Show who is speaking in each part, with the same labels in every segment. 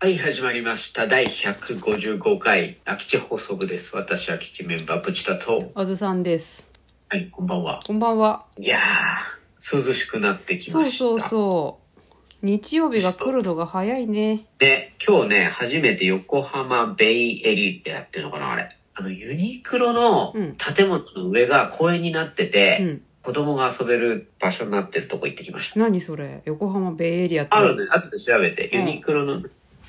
Speaker 1: はい、始まりました。第155回、空き地放送部です。私、空き地メンバー、プチタと。
Speaker 2: あずさんです。
Speaker 1: はい、こんばんは。
Speaker 2: こんばんは。
Speaker 1: いやー、涼しくなってき
Speaker 2: そ
Speaker 1: ま
Speaker 2: う
Speaker 1: した。
Speaker 2: そうそう。日曜日が来るのが早いね。
Speaker 1: で、今日ね、初めて横浜ベイエリーってやってるのかな、あれ。あの、ユニクロの
Speaker 2: うん
Speaker 1: 建物の上が公園になってて、
Speaker 2: うん
Speaker 1: 子供が遊べる場所になってるとこ行ってきました。
Speaker 2: 何それ横浜ベイエリアって。
Speaker 1: あるね、後で調べて、
Speaker 2: う
Speaker 1: ユ
Speaker 2: ん
Speaker 1: ニクロの、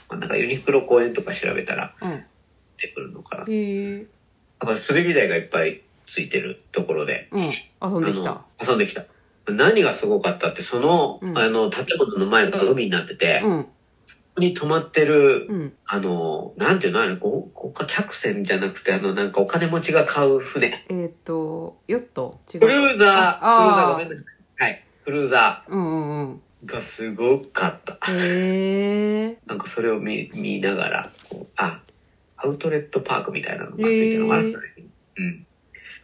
Speaker 1: なんかユニクロ公園とか調べたら
Speaker 2: うん。へ
Speaker 1: 出てくるのかな。
Speaker 2: え。
Speaker 1: なんか滑り台がいっぱいついてるところで。
Speaker 2: うん。遊んできた。
Speaker 1: あの遊んできた。何がすごかったって、その、
Speaker 2: うん
Speaker 1: あの、建物の前が海になってて、
Speaker 2: う
Speaker 1: こ
Speaker 2: ん。
Speaker 1: こに泊まってる、
Speaker 2: うん。
Speaker 1: あの、なんていうのあれ、豪豪華客船じゃなくて、あの、なんかお金持ちが買う船。
Speaker 2: えっ、と、ヨット違う。
Speaker 1: クルーザー、クルーザー
Speaker 2: ああー
Speaker 1: ごめんなさい。はい。クルーザ
Speaker 2: うんうんうん。
Speaker 1: ーがすごかった。
Speaker 2: へえ。
Speaker 1: なんかそれを見、見ながら、こう、あ、アウトレットパークみたいなのがついてるのか
Speaker 2: へ
Speaker 1: な、
Speaker 2: ー
Speaker 1: それに。うん。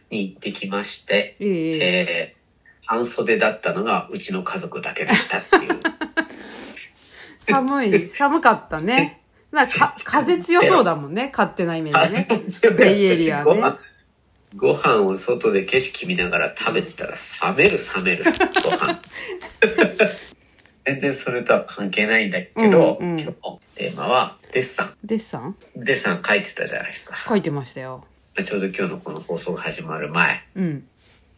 Speaker 1: に行ってきまして、
Speaker 2: ええ。
Speaker 1: えー、半袖だったのがうちの家族だけでしたっていう。
Speaker 2: 寒い。寒かったね。 なんかか風強そうだもんね。勝手なイメージね。ベイエリアね
Speaker 1: ご飯ご飯を外で景色見ながら食べてたら冷める冷めるご飯 全然それとは関係ないんだけど、
Speaker 2: うんうん
Speaker 1: 今日のテーマはデッサン
Speaker 2: デッサン
Speaker 1: デッサン書いてたじゃないですか
Speaker 2: 書いてましたよ。
Speaker 1: ちょうど今日のこの放送が始まる前い
Speaker 2: うん。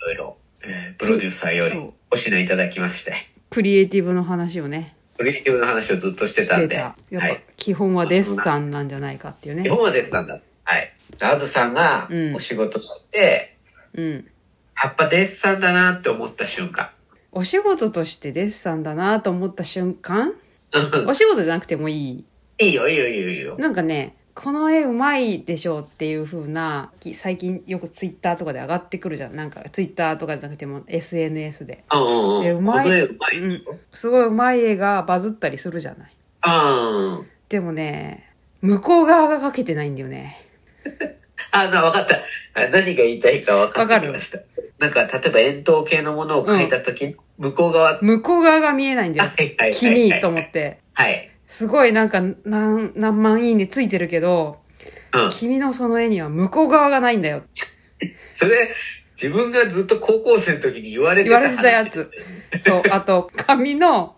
Speaker 1: ろいろ、えープロデューサーより
Speaker 2: そう
Speaker 1: お品いただきまして
Speaker 2: クリエイティブの話をね。
Speaker 1: クリエイティブの話をずっとしてたんで
Speaker 2: やっ
Speaker 1: は
Speaker 2: ぱ
Speaker 1: い、
Speaker 2: 基本はデッサンなんじゃないかっていうね
Speaker 1: 日。本は出てたんだ。はい。あずさんが
Speaker 2: うん
Speaker 1: お仕事して、
Speaker 2: うん。
Speaker 1: やっぱデッサンだなって思った瞬間。
Speaker 2: お仕事としてデッサンだなと思った瞬間
Speaker 1: うん
Speaker 2: お仕事じゃなくてもい い
Speaker 1: いいよ、いいよ、いいよ、いいよ。
Speaker 2: なんかねこの絵うまいでしょうっていう風なき最近よくツイッターとかで上がってくるじゃんなんかツイッターとかじゃなくても SNS で
Speaker 1: うんうん
Speaker 2: で
Speaker 1: う。
Speaker 2: うんまい
Speaker 1: この絵うまい
Speaker 2: うん
Speaker 1: でしょ。
Speaker 2: すごいうまい絵がバズったりするじゃない
Speaker 1: あー
Speaker 2: でもね向こう側が描けてないんだよね
Speaker 1: あ、な、わかった。あ何が言いたいか分かってきました。なんか、例えば円筒形のものを描いたとき、向こう側、はい
Speaker 2: 向こう側が見えないんだよ
Speaker 1: はいはい。
Speaker 2: 君と思って
Speaker 1: はい。
Speaker 2: すごいなんか何何万いいねついてるけど
Speaker 1: うん。
Speaker 2: 君のその絵には向こう側がないんだよ
Speaker 1: それ、自分がずっと高校生の時に言われてた
Speaker 2: 言われてたやつ
Speaker 1: 話ですよね
Speaker 2: そうあと髪の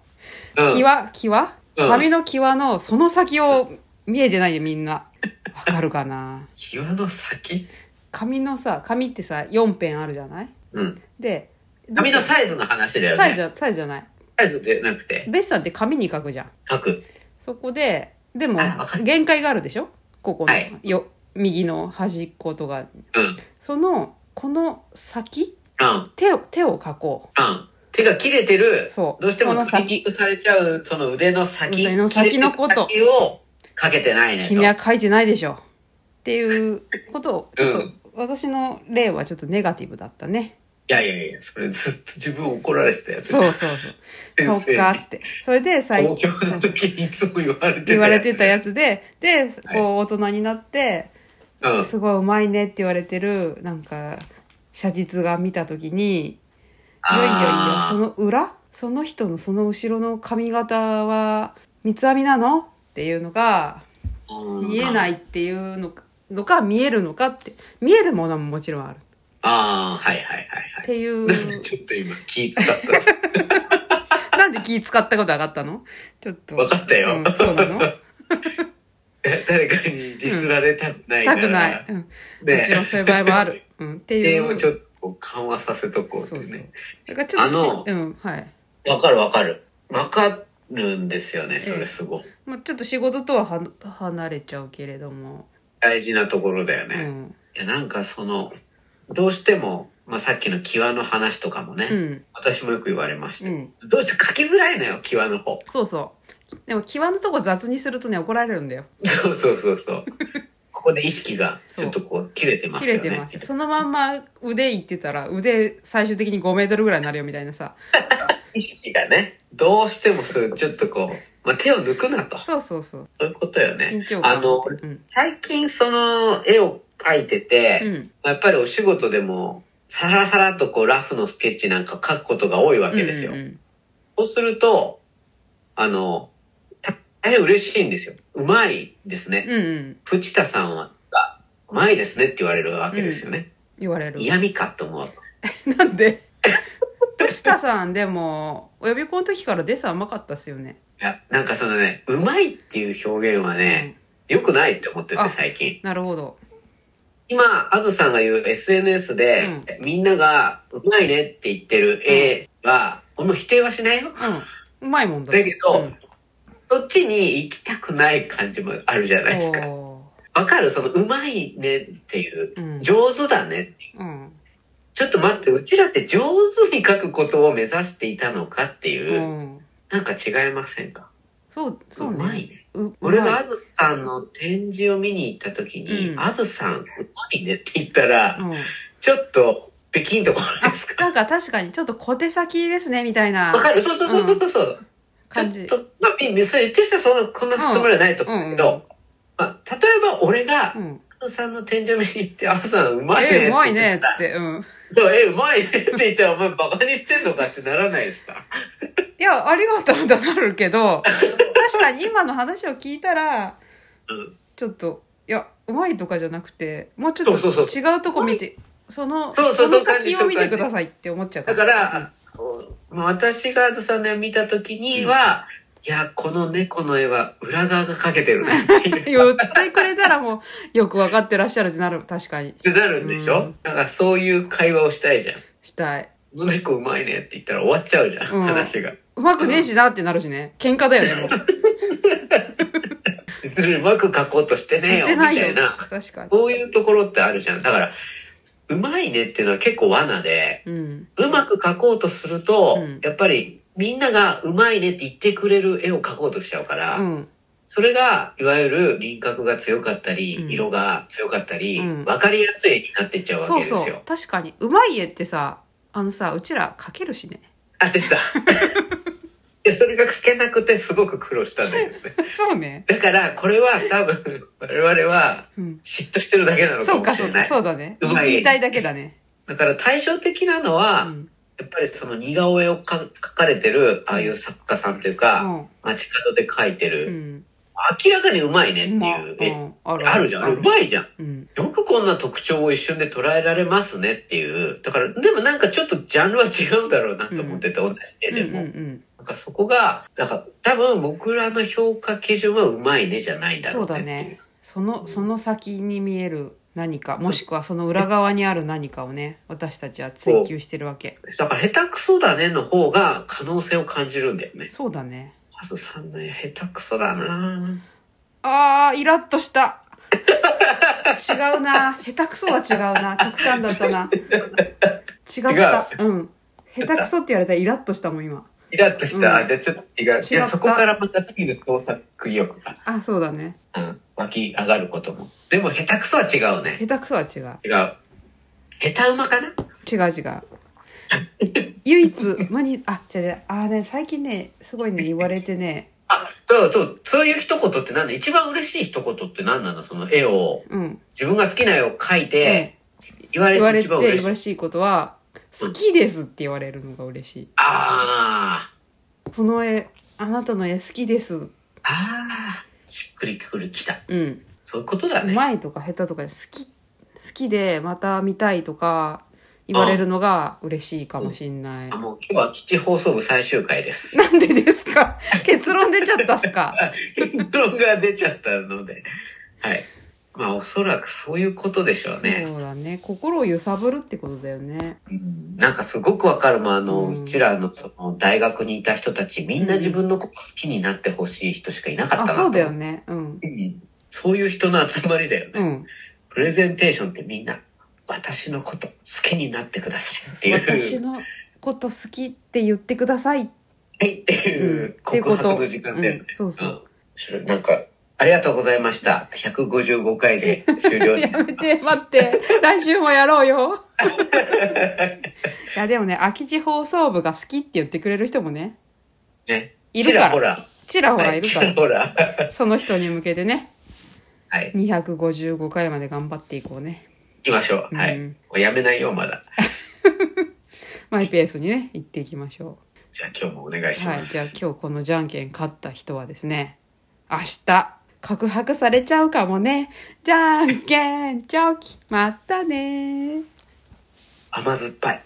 Speaker 1: うん。
Speaker 2: 際際
Speaker 1: うん
Speaker 2: 髪の際のその先を見えてないよみんな。わかるかな
Speaker 1: 際の先
Speaker 2: 髪のさ、髪ってさ、4ペンあるじゃない
Speaker 1: うん。
Speaker 2: で、
Speaker 1: 紙の
Speaker 2: サ
Speaker 1: サイズの話だよね。
Speaker 2: イズじゃ、サイズじゃない。
Speaker 1: サイズじゃなくて、
Speaker 2: デッサンって紙に書くじゃん。
Speaker 1: 書く。
Speaker 2: そこで、でも
Speaker 1: あわかる、
Speaker 2: 限界があるでしょここの、
Speaker 1: はい
Speaker 2: よ、右の端っことか。
Speaker 1: うん。
Speaker 2: その、この先
Speaker 1: うん、
Speaker 2: 手を、手を書こ
Speaker 1: うん。手が切れてる、
Speaker 2: そう
Speaker 1: どうしても
Speaker 2: この
Speaker 1: トリ
Speaker 2: 先
Speaker 1: ックされちゃう、その腕の先、
Speaker 2: 腕の先のこと。
Speaker 1: 切れてる先をかけてないうねと。
Speaker 2: 君は書いてないでしょ。っていうことを、ちょっと、
Speaker 1: うん
Speaker 2: 私の例はちょっとネガティブだったね。
Speaker 1: いやいやいや、それずっと自分怒られてたやつ。
Speaker 2: そうそう
Speaker 1: 先生
Speaker 2: そ
Speaker 1: に
Speaker 2: う。そっか、つって。それで、最
Speaker 1: 公
Speaker 2: 近
Speaker 1: 共、の時にいつも言われてたやつ。
Speaker 2: 言われてたやつで、で、
Speaker 1: はい
Speaker 2: こう、大人になって、
Speaker 1: うん。
Speaker 2: すごいうまいねって言われてる、なんか、写実画見たときに、いやいやいや、そ
Speaker 1: あ
Speaker 2: の裏その人のその後ろの髪型は、三つ編みなのっていうのが、
Speaker 1: ー。
Speaker 2: 見えないいっていうのか、のか見えるのかって、見えるものももちろんある。
Speaker 1: ああ、はいはいはいは
Speaker 2: っていう
Speaker 1: い。、なんで ちょっと今気使った。
Speaker 2: なんで気使ったこと上がったのちょっと。
Speaker 1: わかったよ
Speaker 2: うんそ うなの
Speaker 1: 誰かにディスられたくないか
Speaker 2: た
Speaker 1: ら。
Speaker 2: くない。うん。も
Speaker 1: ね
Speaker 2: ちろんそういう場合も ある。うん。ってい
Speaker 1: で
Speaker 2: う。
Speaker 1: もちょっと緩和させとこうって
Speaker 2: そう
Speaker 1: ね。
Speaker 2: そう。だからちょっとし
Speaker 1: あの
Speaker 2: うん、はい。
Speaker 1: わかるわかる。わかるんですよね、それすごく。
Speaker 2: まあちょっと仕事とはは離れちゃうけれども。
Speaker 1: 大事なところだよ
Speaker 2: う
Speaker 1: ね。
Speaker 2: ん。
Speaker 1: いや、なんかその、どうしても、まあ、さっきの際の話とかもね、
Speaker 2: うん
Speaker 1: 私もよく言われました。
Speaker 2: うん
Speaker 1: どうして書きづらいのよ、際の方。
Speaker 2: そうそう。でも、際のとこ雑にするとね、怒られるんだよ。
Speaker 1: そうそうそう そう。ここで意識がちょっとこう切れてま
Speaker 2: 切
Speaker 1: すよ
Speaker 2: れ
Speaker 1: ね。
Speaker 2: てますよ。そのまんま腕いってたら、腕最終的に5メートルぐらいになるよみたいなさ。
Speaker 1: 意識がね、どうしてもそれちょっとこう、まあ、手を抜くなと。
Speaker 2: そうそうそう。
Speaker 1: そういうことよね
Speaker 2: 緊張。感
Speaker 1: あの、
Speaker 2: うん
Speaker 1: 最近その絵を描いてて、
Speaker 2: うん
Speaker 1: やっぱりお仕事でも、さらさらっとこうラフのスケッチなんか描くことが多いわけですよ。
Speaker 2: うんうんうん
Speaker 1: そうすると、あの、た大変嬉しいんですよ。うまいですね。
Speaker 2: うんうん
Speaker 1: プチタさんは、あうまいですねって言われるわけですよね。
Speaker 2: 言われる
Speaker 1: 嫌味かと思うわけです。
Speaker 2: な んで藤田さんでもお呼び校の時からデッサン甘かったっすよね
Speaker 1: いや、なんかそのね、うまいっていう表現はね、良くないって思って
Speaker 2: あ
Speaker 1: て最近。
Speaker 2: なるほど
Speaker 1: 今、あずさんが言う SNS で、みんながうまいねって言ってる絵は、俺も否定はしないよ。
Speaker 2: うんうまいもんだ
Speaker 1: だけど、
Speaker 2: うん
Speaker 1: そっちに行きたくない感じもあるじゃないですか。
Speaker 2: お
Speaker 1: わかるその、うまいねっていう、
Speaker 2: うん
Speaker 1: 上手だねっていう。
Speaker 2: ーうん
Speaker 1: ちょっと待って、うちらって上手に書くことを目指していたのかっていう、
Speaker 2: うん
Speaker 1: なんか違いませんか
Speaker 2: そうそう
Speaker 1: うまい
Speaker 2: ね
Speaker 1: ね。
Speaker 2: う
Speaker 1: 俺が
Speaker 2: うまい
Speaker 1: あずさんの展示を見に行った時に、
Speaker 2: うん
Speaker 1: あずさん、うまいねって言ったら、
Speaker 2: うん
Speaker 1: ちょっと、北京とこないですか
Speaker 2: なんか確かにちょっと小手先ですねみたいな
Speaker 1: わかるそうそうそうそうそう。
Speaker 2: 感じ
Speaker 1: ちょっと、まあ、みそれ言ってる人はそんな、こんなつもりはないと思うけど、
Speaker 2: うんうんうん
Speaker 1: まあ、例えば俺が、あ
Speaker 2: うん
Speaker 1: ずさんの天井見に行って、あずさんうまいねって
Speaker 2: え
Speaker 1: 言
Speaker 2: うまいねっ
Speaker 1: っ
Speaker 2: つ
Speaker 1: たら
Speaker 2: ってうん
Speaker 1: そう、え、うまいねって言ったら、お前バカにしてんのかってならないですか
Speaker 2: いや、ありがとうだなる けど、確かに今の話を聞いたら、
Speaker 1: うん
Speaker 2: ちょっと、いや、うまいとかじゃなくて、もうちょっと
Speaker 1: そうそうそ
Speaker 2: 違うとこ見て、その、
Speaker 1: そうそうそう
Speaker 2: の先を見
Speaker 1: そ
Speaker 2: て
Speaker 1: ういう感じ
Speaker 2: くださいって思っちゃうか
Speaker 1: だ
Speaker 2: ら。
Speaker 1: から、あの私があずさんの絵を見た時には、いや、この猫の絵は裏側が描けてるねっていう。
Speaker 2: 言ってくれたらもう、よくわかってらっしゃるってなる、確かに。
Speaker 1: ってなるんでしょ、
Speaker 2: うん
Speaker 1: なんかそういう会話をしたいじゃん。
Speaker 2: したい。
Speaker 1: この猫うまいねって言ったら終わっちゃうじゃん、
Speaker 2: うん
Speaker 1: 話が。
Speaker 2: うまくねえしなってなるしね。喧嘩だよね、もう。
Speaker 1: 別にうまく描こうとしてねえよ、みたいな。
Speaker 2: 確かに。
Speaker 1: そういうところってあるじゃん。だから、うまいねっていうのは結構罠で、
Speaker 2: うん。
Speaker 1: うまく描こうとすると、
Speaker 2: うん
Speaker 1: やっぱりみんながうまいねって言ってくれる絵を描こうとしちゃうから、
Speaker 2: うん。
Speaker 1: それが、いわゆる輪郭が強かったり、
Speaker 2: うん
Speaker 1: 色が強かったり、わ、
Speaker 2: うん
Speaker 1: かりやすい絵になってっちゃうわけ
Speaker 2: そう
Speaker 1: ですよ。
Speaker 2: そう。確かに。うまい絵ってさ、あのさ、うちら書ける しね。
Speaker 1: 当て た。いや、それが描けなくてすごく苦労したんだけどね。
Speaker 2: そうね。
Speaker 1: だから、これは多 分、我々は
Speaker 2: うん。
Speaker 1: 嫉妬してるだけなのか
Speaker 2: そう
Speaker 1: も
Speaker 2: か、
Speaker 1: し
Speaker 2: そ
Speaker 1: れ
Speaker 2: う
Speaker 1: な
Speaker 2: か、
Speaker 1: い。
Speaker 2: そうだね。
Speaker 1: うまい
Speaker 2: 言いたいだけだね。
Speaker 1: だから対照的なのは、
Speaker 2: うん
Speaker 1: やっぱりその似顔絵をか描かれてる、ああいう作家さんというか、
Speaker 2: うん
Speaker 1: 街角で描いてる、
Speaker 2: うん。
Speaker 1: 明らかにうまいねって
Speaker 2: まあ
Speaker 1: いう絵、
Speaker 2: うんあ
Speaker 1: あるじゃん。あれうまいじゃん。
Speaker 2: うん。
Speaker 1: よくこんな特徴を一瞬で捉えられますねっていう。だから、でもなんかちょっとジャンルは違うんだろうなと思ってて、同じ絵でも。
Speaker 2: うんうんうん
Speaker 1: なんかそこが、なんか多分僕らの評価基準はうまいねじゃないんだ
Speaker 2: そ
Speaker 1: ろ
Speaker 2: う
Speaker 1: うね
Speaker 2: だ
Speaker 1: っていう。
Speaker 2: ね。その、その先に見える何か、もしくはその裏側にある何かをね、私たちは追求してるわけ。
Speaker 1: だから下手くそだねの方が可能性を感じるんだよね。
Speaker 2: そうだね。
Speaker 1: ハスさんの絵下手くそだな
Speaker 2: あー、イラッとした。違うな。下手くそは違うな。極端だったな。違った。うん。下手くそって言われたらイラッとしたもん、今。
Speaker 1: イラッとした。
Speaker 2: うん
Speaker 1: あじゃあちょっと違う。い
Speaker 2: 違っ
Speaker 1: や、
Speaker 2: た
Speaker 1: そこからまた次の創作意欲が、
Speaker 2: あ、そうだね。
Speaker 1: うん、湧き上がることも。でも下手くそは違うね。
Speaker 2: 下手くそは違う。
Speaker 1: 違う。下手馬かな
Speaker 2: 違う違う唯一無二あ違う違うあーね最近ねすごいね言われてね
Speaker 1: あ、そうそう、そういう一言って何なの一番嬉しい一言って何なのその絵を、
Speaker 2: うん
Speaker 1: 自分が好きな絵を描いて、言われ
Speaker 2: 言わ
Speaker 1: て
Speaker 2: れ
Speaker 1: 一
Speaker 2: て
Speaker 1: 番嬉しい。
Speaker 2: 嬉しいことは「好きです」って言われるのが嬉しい
Speaker 1: あ
Speaker 2: 「この絵あなたの絵好きです
Speaker 1: あ、ああ、しっくりくるきた。」
Speaker 2: うん
Speaker 1: そういうことだ
Speaker 2: う
Speaker 1: ね。
Speaker 2: まいとか下手とか好き好きでまた見たいとか言われるのが嬉しいかもしんない、
Speaker 1: あもう今日は基地放送部最終回です。
Speaker 2: なんでです か結論出ちゃったっすか
Speaker 1: 結論が出ちゃったので。はい。まあおそらくそういうことでしょうね。
Speaker 2: そうだね心を揺さぶるってことだよね
Speaker 1: うんなんかすごくわかるもんあの、
Speaker 2: う
Speaker 1: うんちらのその大学にいた人たちみんな自分のこと好きになってほしい人しかいなかった
Speaker 2: あ
Speaker 1: なと
Speaker 2: そ
Speaker 1: 思
Speaker 2: うだよねうん
Speaker 1: うんそういう人の集まりだよね。
Speaker 2: うん
Speaker 1: プレゼンテーションってみんな、私のこと好きになってくださいっていう。
Speaker 2: 私のこと好きって言ってくださいっ
Speaker 1: はいって
Speaker 2: て
Speaker 1: い
Speaker 2: いうう
Speaker 1: 告白の時間だよね。
Speaker 2: うんそうそう、
Speaker 1: うんなんか、ありがとうございました。155回で終了に
Speaker 2: やめて待って来週もやろう よいやでもね空き地放送部が好きって言ってくれる人もね
Speaker 1: ね。
Speaker 2: いるから
Speaker 1: ちらほら。
Speaker 2: ちらほら
Speaker 1: はいい、
Speaker 2: る
Speaker 1: ち
Speaker 2: からら、
Speaker 1: ほら。
Speaker 2: その人に向けてね
Speaker 1: はい。
Speaker 2: 255回まで頑張っていこうね
Speaker 1: 行きましょう。は
Speaker 2: う
Speaker 1: い。
Speaker 2: ん
Speaker 1: もうやめないよ、まだ。
Speaker 2: マイペースにね行っていきましょ
Speaker 1: じゃあ今日もお願いうし
Speaker 2: はい
Speaker 1: ま
Speaker 2: じゃあ
Speaker 1: す。
Speaker 2: 今日このじゃんけん勝った人はですね明日、告白されちゃうかもね。じゃんけん、チョキ、またね
Speaker 1: 甘酸っぱい。